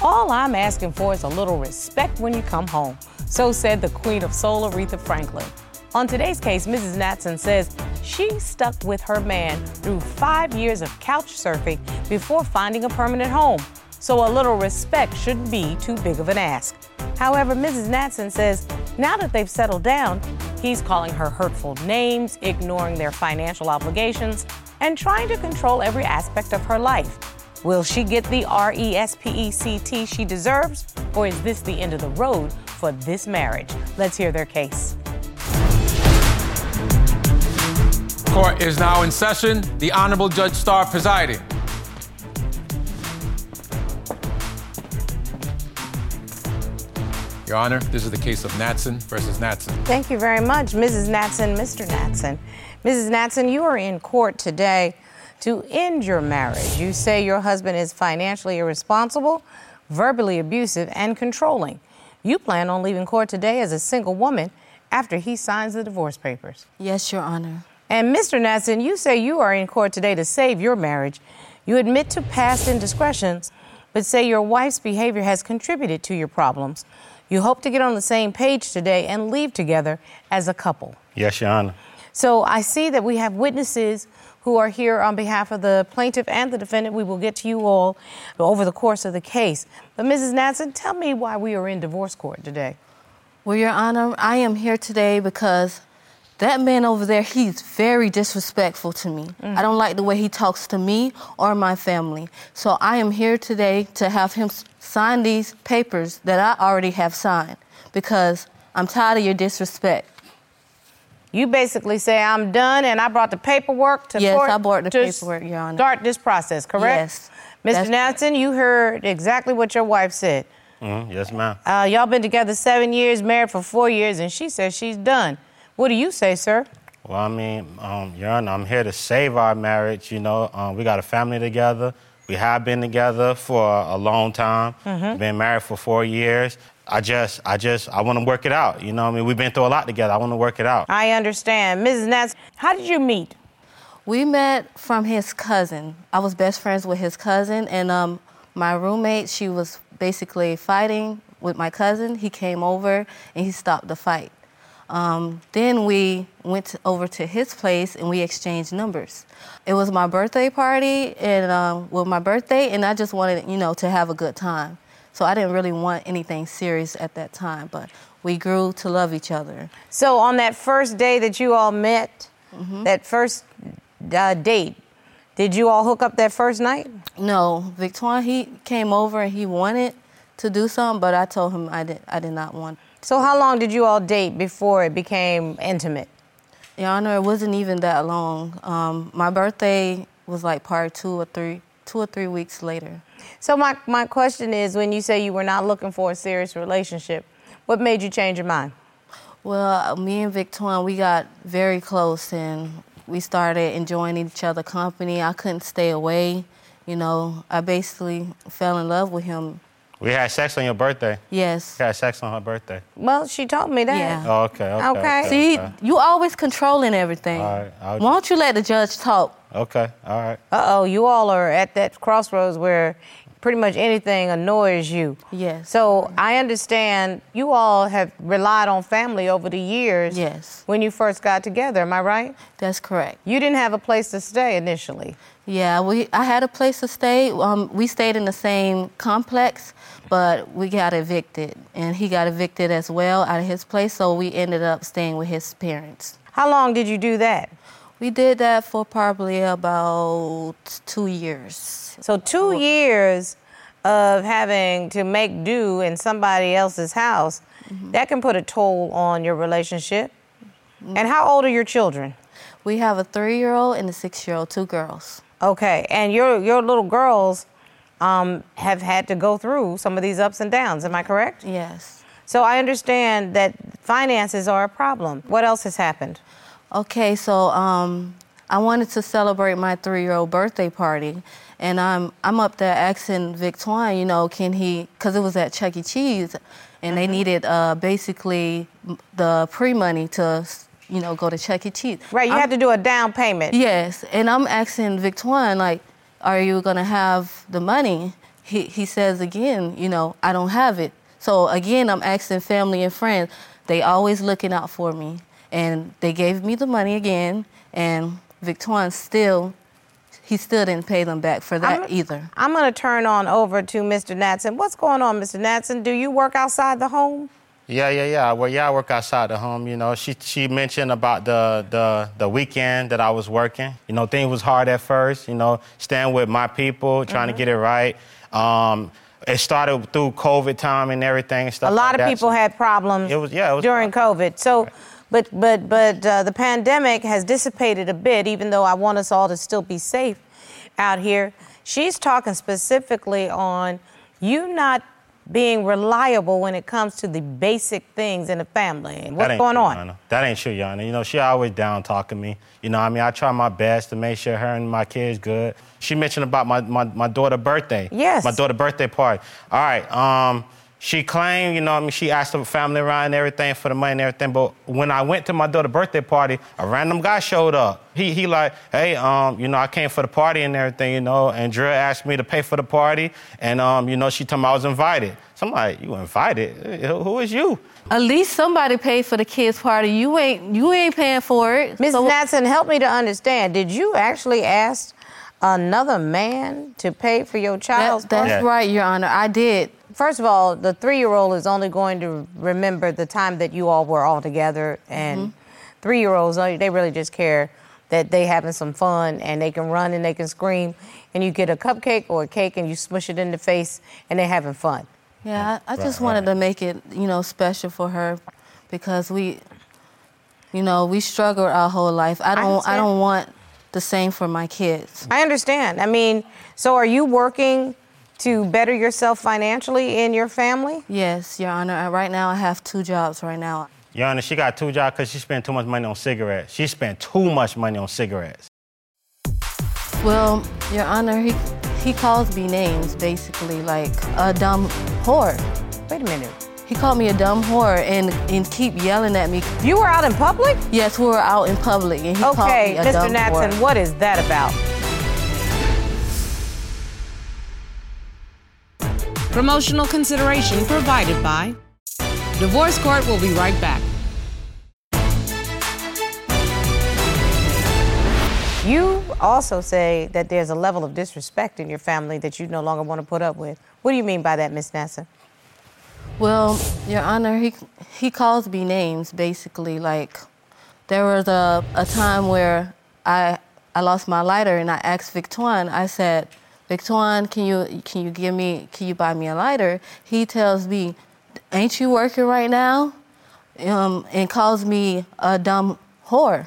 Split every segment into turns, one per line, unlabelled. All I'm asking for is a little respect when you come home. So said the Queen of Soul, Aretha Franklin. On today's case, Mrs. Natson says she stuck with her man through five years of couch surfing before finding a permanent home. So a little respect shouldn't be too big of an ask. However, Mrs. Natson says now that they've settled down, he's calling her hurtful names, ignoring their financial obligations, and trying to control every aspect of her life. Will she get the R E S P E C T she deserves, or is this the end of the road for this marriage? Let's hear their case.
Court is now in session. The Honorable Judge Starr presiding. Your Honor, this is the case of Natson versus Natson.
Thank you very much, Mrs. Natson, Mr. Natson. Mrs. Natson, you are in court today to end your marriage. You say your husband is financially irresponsible, verbally abusive, and controlling. You plan on leaving court today as a single woman after he signs the divorce papers.
Yes, Your Honor.
And Mr. Natson, you say you are in court today to save your marriage. You admit to past indiscretions, but say your wife's behavior has contributed to your problems. You hope to get on the same page today and leave together as a couple.
Yes, Your Honor.
So I see that we have witnesses who are here on behalf of the plaintiff and the defendant. We will get to you all over the course of the case. But Mrs. Natson, tell me why we are in divorce court today.
Well, Your Honor, I am here today because that man over there, he's very disrespectful to me. I don't like the way he talks to me or my family. So I am here today to have him s- sign these papers that I already have signed because I'm tired of your disrespect.
You basically say I'm done, and I brought the paperwork to
Yes,
court.
I brought the
to
paperwork, Your Honor.
Start this process, correct?
Yes,
Mr.
that's
Natson, you heard exactly what your wife said.
Mhm, Yes, ma'am.
Uh, y'all been together seven years, married for four years, and she says she's done. What do you say, sir?
Well, I mean, um, Your Honor, I'm here to save our marriage. You know, um, we got a family together. We have been together for a long time. Been married for four years. I just, I just, I want to work it out. You know, what I mean, we've been through a lot together. I want to work it out.
I understand, Mrs. Natson. How did you meet?
We met from his cousin. I was best friends with his cousin, and um, my roommate, she was basically fighting with my cousin. He came over and he stopped the fight. Um, then we went to- over to his place and we exchanged numbers. It was my birthday party, and um, well, my birthday, and I just wanted, you know, to have a good time. So I didn't really want anything serious at that time, but we grew to love each other.
So on that first day that you all met,
Mm-hmm.
that first uh, date, did you all hook up that first night?
No, Victoria, he came over and he wanted to do something, but I told him I did, I did not want.
So how long did you all date before it became intimate?
Your Honor, it wasn't even that long. Um, my birthday was like part two or three, two or three weeks later.
So my, my question is, when you say you were not looking for a serious relationship, what made you change your mind?
Well, me and Victoria, we got very close and we started enjoying each other company. I couldn't stay away. You know, I basically fell in love with him.
We had sex on your birthday.
Yes.
We had sex on her birthday.
Well, she told me that.
Yeah.
Oh, okay, okay.
Okay.
See, you always controlling everything.
All right, I'll-
Why don't you let the judge talk?
Okay, all right.
Uh-oh, you all are at that crossroads where pretty much anything annoys you.
Yes.
So I understand you all have relied on family over the years.
Yes.
When you first got together, am I right?
That's correct.
You didn't have a place to stay initially.
Yeah, we I had a place to stay. Um, we stayed in the same complex, but we got evicted, and he got evicted as well out of his place. So we ended up staying with his parents.
How long did you do that?
We did that for probably about two years.
So two years of having to make do in somebody else's house,
Mm-hmm.
that can put a toll on your relationship. And how old are your children?
We have a three-year-old and a six-year-old, two girls.
Okay, and your your little girls um, have had to go through some of these ups and downs. Am I correct?
Yes.
So I understand that finances are a problem. What else has happened?
Okay, so um, I wanted to celebrate my three-year-old birthday party, and I'm I'm up there asking Victoria, you know, can he? Because it was at Chuck E. Cheese, and
Mm-hmm.
they needed uh, basically m- the pre-money to, you know, go to Chuck E. Cheese.
Right, you
I'm-
have to do a down payment.
Yes, and I'm asking Victoria, like, are you gonna have the money? he, he says again, you know, I don't have it. So again, I'm asking family and friends. They always looking out for me. And they gave me the money again, and Victorin still, he still didn't pay them back for that
I'm-
either.
I'm going to turn on over to Mr. Natson. What's going on, Mr. Natson? Do you work outside the home?
Yeah, yeah, yeah. Well, yeah, I work outside the home. You know, she she mentioned about the the the weekend that I was working. You know, things was hard at first. You know, staying with my people, trying
Mm-hmm.
to get it right. Um, it started through COVID time and everything and stuff.
A lot
like
of
that.
people
So-
had problems
It was- yeah, it was-
during COVID. So, but but but uh, the pandemic has dissipated a bit. Even though I want us all to still be safe out here, she's talking specifically on you not being reliable when it comes to the basic things in the family. And
That
what's
ain't
going
true,
on?
Yana. That ain't true, Yana. You know, she always down talking me. You know, what I mean, I try my best to make sure her and my kids good. She mentioned about my my, my daughter birthday.
Yes.
My daughter birthday party. All right. Um, she claimed, you know, what I mean, she asked her family around and everything for the money and everything. But when I went to my daughter birthday party, a random guy showed up. He he like, hey, um, you know, I came for the party and everything, you know. And Drea asked me to pay for the party, and um, you know, she told me I was invited. So I'm like, you invited? Who who is you?
At least somebody paid for the kids' party. You ain't you ain't paying for it.
Ms.
So-
Natson, help me to understand. Did you actually ask another man to pay for your child's
That- that's
birth?
Yeah.
right, Your Honor. I did.
First of all, the three-year-old is only going to remember the time that you all were all together, and three-year-olds they they really just care that they having some fun and they can run and they can scream, and you get a cupcake or a cake and you smush it in the face and they're having fun.
Yeah, I, I just
Right,
wanted to
right.
make it, you know, special for her because we, you know, we struggled our whole life. I don't, I,
understand.
don't want the same for my kids.
I understand. I mean, so are you working to better yourself financially in your family?
Yes, Your Honor. I, right now, I have two jobs. Right now,
Your Honor, she got two jobs because she spent too much money on cigarettes. She spent too much money on cigarettes.
well, Your Honor, he he calls me names basically, like a dumb whore.
Wait a minute.
He called me a dumb whore and and keep yelling at me.
You were out in public?
Yes, we were out in public and he called
Okay,
me a
Mr.
dumb
Natson,
whore.
what is that about?
Promotional consideration provided by Divorce Court will be right back.
You also say that there's a level of disrespect in your family that you no longer want to put up with. What do you mean by that, Miss Natson?
Well, Your Honor, he he calls me names basically. Like there was a, a time where I I lost my lighter and I asked Victoine. I said, Victoine, can you can you give me can you buy me a lighter? He tells me, Ain't you working right now? Um, and calls me a dumb whore.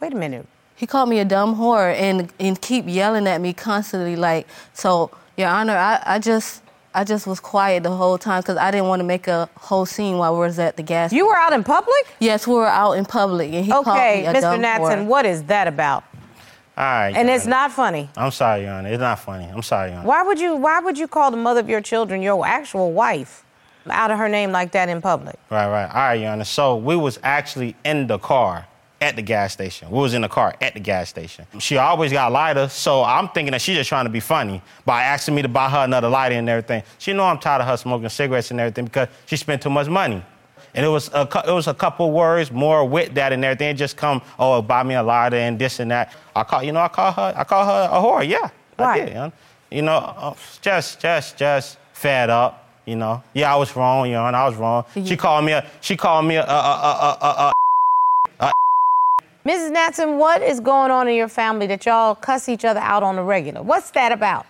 Wait a minute.
He called me a dumb whore and and keep yelling at me constantly. Like so, Your Honor, I, I just I just was quiet the whole time because I didn't want to make a whole scene while we was at the gas.
You were out in public?
yes, we were out in public and he called
Okay,
me a
Mr.
dumb
Natson,
whore.
what is that about?
All right.
And
Your
it's
Honor.
not funny.
I'm sorry, Your Honor. It's not funny. I'm sorry, Your Honor.
Why would you why would you call the mother of your children your actual wife out of her name like that in public?
Right, right. All right, Your Honor. So we was actually in the car at the gas station. We was in the car at the gas station. She always got lighter, so I'm thinking that she's just trying to be funny by asking me to buy her another lighter and everything. She know I'm tired of her smoking cigarettes and everything because she spent too much money. And it was a cou- it was a couple words more with that and everything. It just come, oh, buy me a lighter and this and that. I call you know I call her I call her a whore. Yeah,
Why?
I did. Your Honor. You know, uh, just just just fed up. You know, yeah, I was wrong, Your Honor. I was wrong. She called me a she called me a, a, a, a, a, a
Mrs. Natson, what is going on in your family that y'all cuss each other out on the regular? What's that about?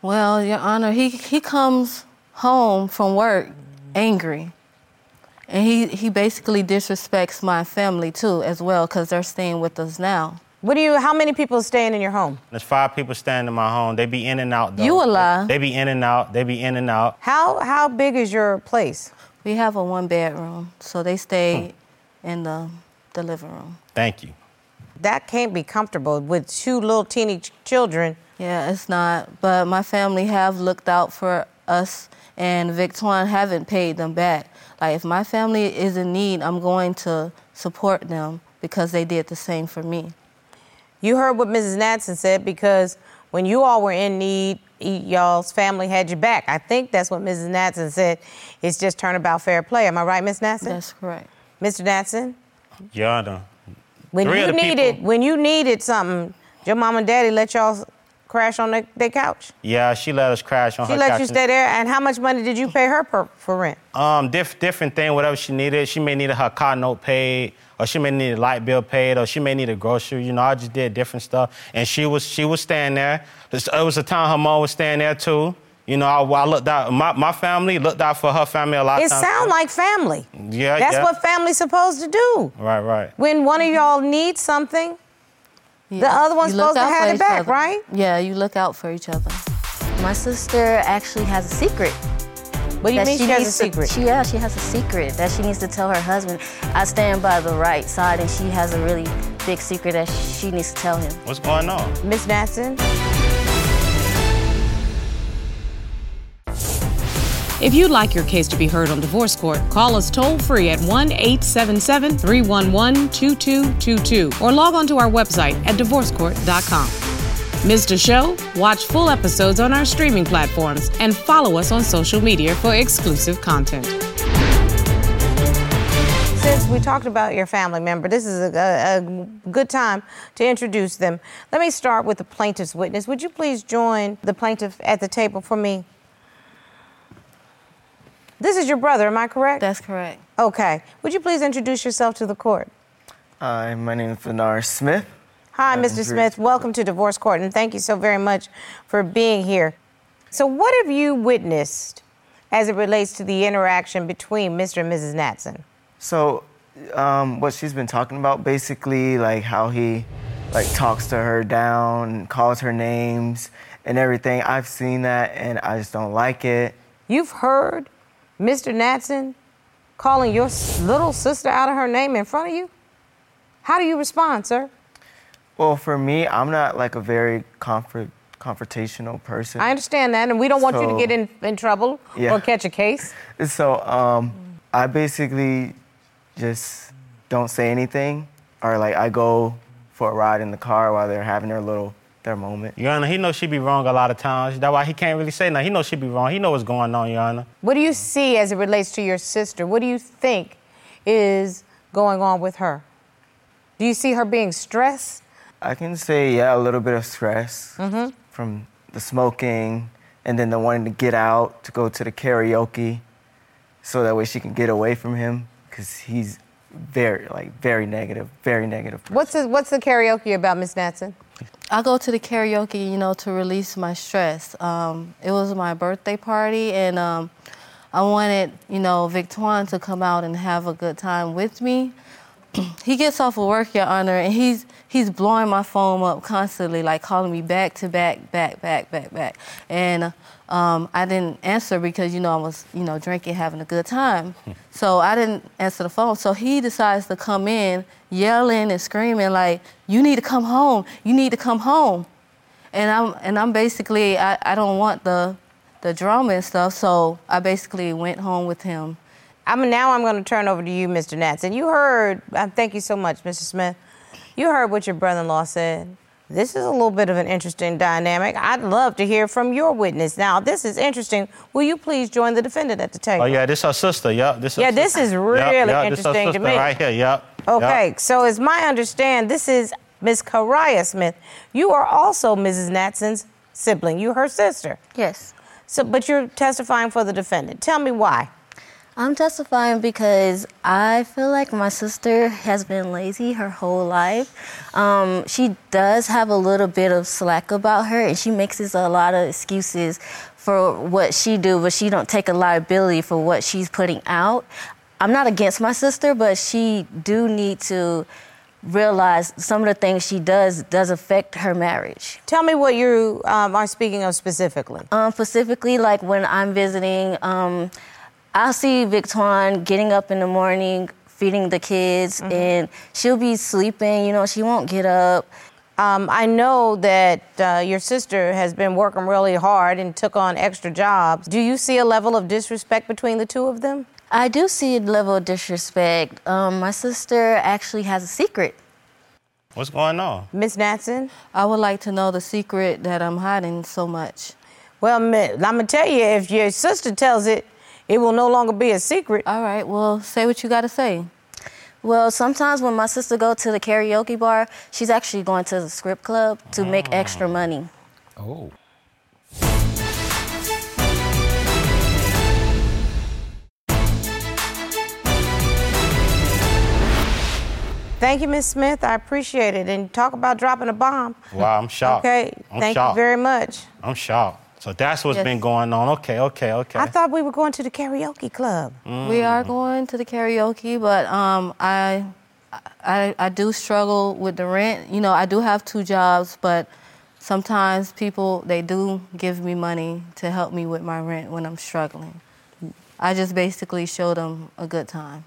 Well, Your Honor, he he comes home from work angry, and he he basically disrespects my family too as well because they're staying with us now.
What do you how many people are staying in your home?
There's five people standing in my home. They be in and out. Though.
You a lie.
They be in and out. They be in and out.
How how big is your place?
We have a one bedroom, so they stay
Hmm.
in the the living room.
Thank you.
that can't be comfortable with two little teeny ch- children.
Yeah, it's not. But my family have looked out for us, and Victoine haven't paid them back. Like if my family is in need, I'm going to support them because they did the same for me.
You heard what Mrs. Natson said because when you all were in need, y- y'all's family had your back. I think that's what Mrs. Natson said. It's just turnabout fair play. Am I right, Miss Natson?
That's correct.
Mr. Natson,
Your Honor,
when
Three
you
other people.
needed when you needed something, your mom and daddy let y'all s- crash on their, their couch.
yeah, she let us crash on
She
her
let
couch.
you stay there. And how much money did you pay her per, for rent?
Um, diff- different thing, whatever she needed. She may need her car note paid, or she may need a light bill paid, or she may need a grocery. You know, I just did different stuff, and she was she was staying there. This- It was a time her mom was staying there too. You know, I, I looked out. My, my family looked out for her family a lot.
It
of times.
sounds like family.
Yeah,
That's
yeah.
what family's supposed to do.
Right, right.
When one of y'all needs something,
Yeah.
other one's
You look
supposed to
out
have
for
it
each
back,
other.
right?
Yeah, you look out for each other.
My sister actually has a secret.
but you
that
mean she has a
needs to-
secret.
she, yeah, she has a secret that she needs to tell her husband. I stand by the right side, and she has a really big secret that she needs to tell him.
What's going on?
Miss Natson,
If you'd like your case to be heard on divorce court, call us toll free at 1 877 311 2222 or log on to our website at divorcecourt.com. Missed a show? Watch full episodes on our streaming platforms and follow us on social media for exclusive content.
since we talked about your family member, this is a, a- a good time to introduce them. Let me start with the plaintiff's witness. Would you please join the plaintiff at the table for me? This is your brother, am I correct?
That's correct.
okay. Would you please introduce yourself to the court?
Hi, my name is Vinar Smith.
Hi,
Um,
Mr.
Bruce.
Smith. Welcome to Divorce Court, and thank you so very much for being here. So, what have you witnessed as it relates to the interaction between Mr. and Mrs. Natson?
So, um, what she's been talking about basically, like how he, like talks to her down, calls her names, and everything. I've seen that, and I just don't like it.
You've heard Mr. Natson calling your s- little sister out of her name in front of you? How do you respond, sir?
Well, for me, I'm not like a very comfort confrontational person.
I understand that, and we don't want you to
So-
get in, in trouble
Yeah.
or catch a case.
So, um, I basically just don't say anything, or like I go for a ride in the car while they're having their little their moment.
Your Honor, he knows she be wrong a lot of times. That's why he can't really say nothing. He knows she be wrong. He know what's going on, Your Honor.
What do you see as it relates to your sister? What do you think is going on with her? Do you see her being stressed?
I can say, yeah, a little bit of stress from the smoking and then the wanting to get out to go to the karaoke so that way she can get away from him because he's very, like, very negative, very negative. Person.
What's the, what's the karaoke about, Miss Natson?
I go to the karaoke, you know, to release my stress. Um, it was my birthday party, and um, I wanted, you know, Victoire to come out and have a good time with me. he gets off of work, Your Honor, and he's he's blowing my phone up constantly, like calling me back to back, back, back, back, back, and um, I didn't answer because you know I was you know drinking, having a good time, so I didn't answer the phone. So he decides to come in, yelling and screaming like, "You need to come home! You need to come home!" And I'm and I'm basically I, I don't want the the drama and stuff, so I basically went home with him.
I'm, now I'm going to turn over to you, Mr. Natson. You heard, uh, thank you so much, Mr. Smith. You heard what your brother in law said. This is a little bit of an interesting dynamic. I'd love to hear from your witness. Now, this is interesting. Will you please join the defendant at the table?
Oh yeah, this her sister. Yup. This her
Yeah, this
sister.
is
Yup,
really
yup, this her
interesting to
sister
me.
Right here. Yup. yup.
Okay, so as my understand, this is Miss Karaya Smith. You are also Mrs. Natson's sibling. You her sister.
Yes.
So, but you're testifying for the defendant. Tell me why.
I'm testifying Um, because I feel like my sister has been lazy her whole life. Um, she does have a little bit of slack about her, and she makes a lot of excuses for what she do, but she don't take a liability for what she's putting out. I'm not against my sister, but she do need to realize some of the things she does does affect her marriage.
Tell me what you um, are speaking of specifically.
Um, specifically, like when I'm visiting, um, I'll see Victoire getting up in the morning, feeding the kids,
Mm-hmm.
and she'll be sleeping. You know, she won't get up.
Um, I know that uh, your sister has been working really hard and took on extra jobs. Do you see a level of disrespect between the two of them?
I do see a level of disrespect. Um, my sister actually has a secret.
What's going on?
Miss Natson,
I would like to know the secret that I'm hiding so much.
Well, I'm gonna tell you, if your sister tells it, it will no longer be a secret.
All right, well, say what you got to say.
Well, sometimes when my sister go to the karaoke bar, she's actually going to the script club to make extra money.
Oh.
Thank you, Miss Smith. I appreciate it. And talk about dropping a bomb.
Wow, I'm shocked.
Okay,
I'm
thank
shocked.
you very much.
I'm shocked. So that's what's
Yes.
been going on. Okay, okay, okay.
I thought we were going to the karaoke club.
We are
Mm.
going to the karaoke, but um, I, I, I do struggle with the rent. You know, I do have two jobs, but sometimes people they do give me money to help me with my rent when I'm struggling. I just basically show them a good time.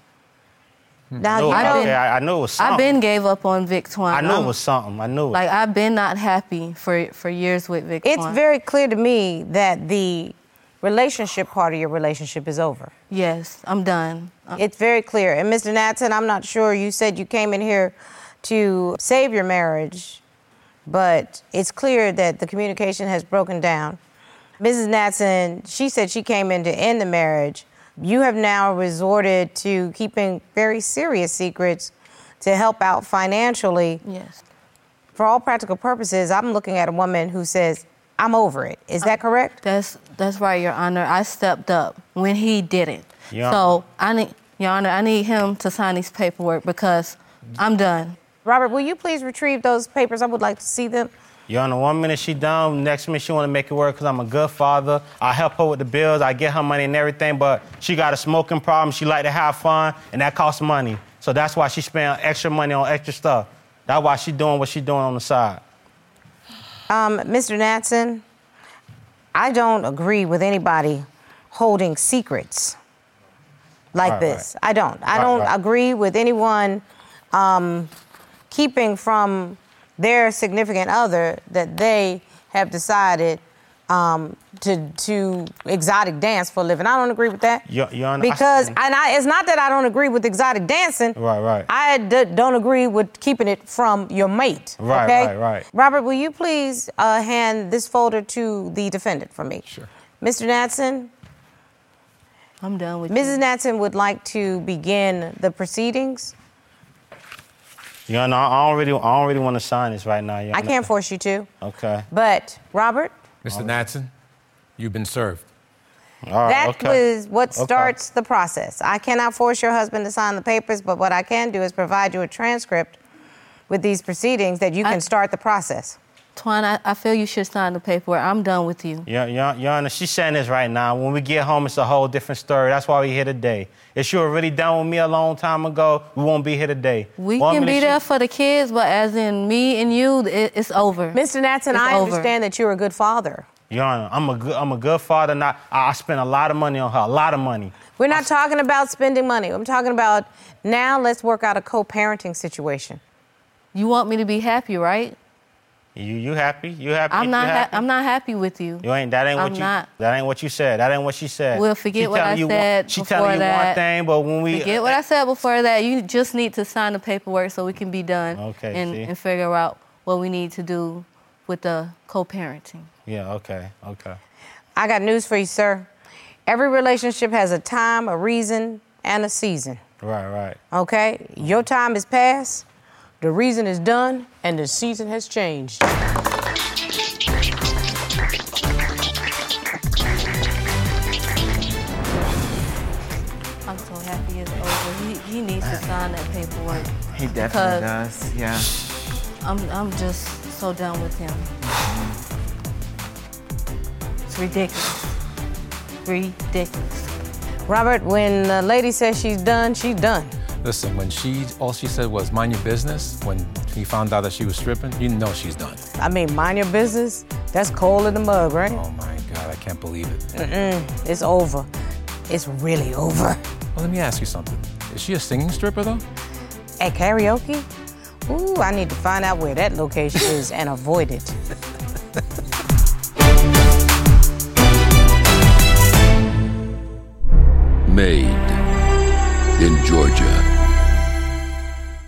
Now
knew it-
you know,
okay, I, I knew it was something.
I've been gave up on Vic Twine.
I knew
I'm-
it was something. I knew it.
like I've been not happy for for years with Vic
it's
Twine.
very clear to me that the relationship part of your relationship is over.
yes, I'm done. Um,
It's very clear. And Mr. Natson, I'm not sure. You said you came in here to save your marriage, but it's clear that the communication has broken down. Mrs. Natson, she said she came in to end the marriage. You have now resorted to keeping very serious secrets to help out financially.
Yes.
For all practical purposes, I'm looking at a woman who says, I'm over it. Is that correct?
That's that's right, Your Honor. I stepped up when he didn't.
Yeah.
So I need Your Honor, I need him to sign these paperwork because I'm done.
Robert, will you please retrieve those papers? I would like to see them.
You're on the one minute she down, next minute she want to make it work because I'm a good father. I help her with the bills, I get her money and everything, but she got a smoking problem. She like to have fun, and that costs money. So that's why she spend extra money on extra stuff. That's why she doing what she doing on the side.
Um, Mr. Natson, I don't agree with anybody holding secrets like
Right,
this. I don't. I
Right,
don't
right.
agree with anyone um, keeping from their significant other that they have decided um, to to exotic dance for a living. I don't agree with that.
Yo- Your Honor, I-
because and I, it's not that I don't agree with exotic dancing.
Right, right.
I d- don't agree with keeping it from your mate.
Right,
okay?
right, right.
Robert, will you please uh, hand this folder to the defendant for me?
Sure.
Mr. Natson,
I'm done with
Mrs.
you.
Natson would like to begin the proceedings.
Your Honor, I don't really, I don't really want to sign this right now. Your
I
Honor.
can't force you to.
Okay.
But, Robert,
Mr. Natson, you've been served.
All right.
that
okay.
was what
Okay.
starts the process. I cannot force your husband to sign the papers, but what I can do is provide you a transcript with these proceedings that you
I-
can start the process.
Twine, I, I feel you should sign the paperwork. I'm done with you.
Your, Your, Your Honor, she's saying this right now. When we get home, it's a whole different story. That's why we here today. If she were really done with me a long time ago, we won't be here today.
We
One
can
minute
be
she-
there for the kids, but as in me and you, it, it's over.
Mr. Natson,
It's
I
over.
understand that you're a good father.
Your Honor, I'm a good, I'm a good father. Not, I, I spent a lot of money on her, a lot of money.
We're not talking about spending money. I'm talking about now let's work out a co parenting situation.
You want me to be happy, right?
You, you happy? You happy?
I'm
You
not. Ha-
happy?
I'm not happy with you.
You ain't. That ain't what
I'm
you.
not.
That ain't what you said. That ain't what she said.
Well, forget
she
what
telling
I
you One,
said
she
before
telling you one
that.
thing, but when we
Forget what I said before that. You just need to sign the paperwork so we can be done
Okay,
and,
see?
and figure out what we need to do with the co-parenting.
Yeah. Okay. Okay.
I got news for you, sir. Every relationship has a time, a reason, and a season.
Right. Right.
Okay? Your time is past, the reason is done, and the season has changed.
I'm so happy it's over. He, he needs to sign that paperwork.
He definitely
Because-
does. Yeah.
I'm, I'm just so done with him. It's ridiculous. Ridiculous.
Robert, when the lady says she's done, she's done.
Listen, when she, all she said was, mind your business, when he found out that she was stripping, you know she's done.
I mean, mind your business. That's cold in the mug, right?
Oh my God, I can't believe it.
It's over. It's really over.
Well, let me ask you something. Is she a singing stripper, though?
At karaoke? Ooh, I need to find out where that location is and avoid it.
Made in Georgia.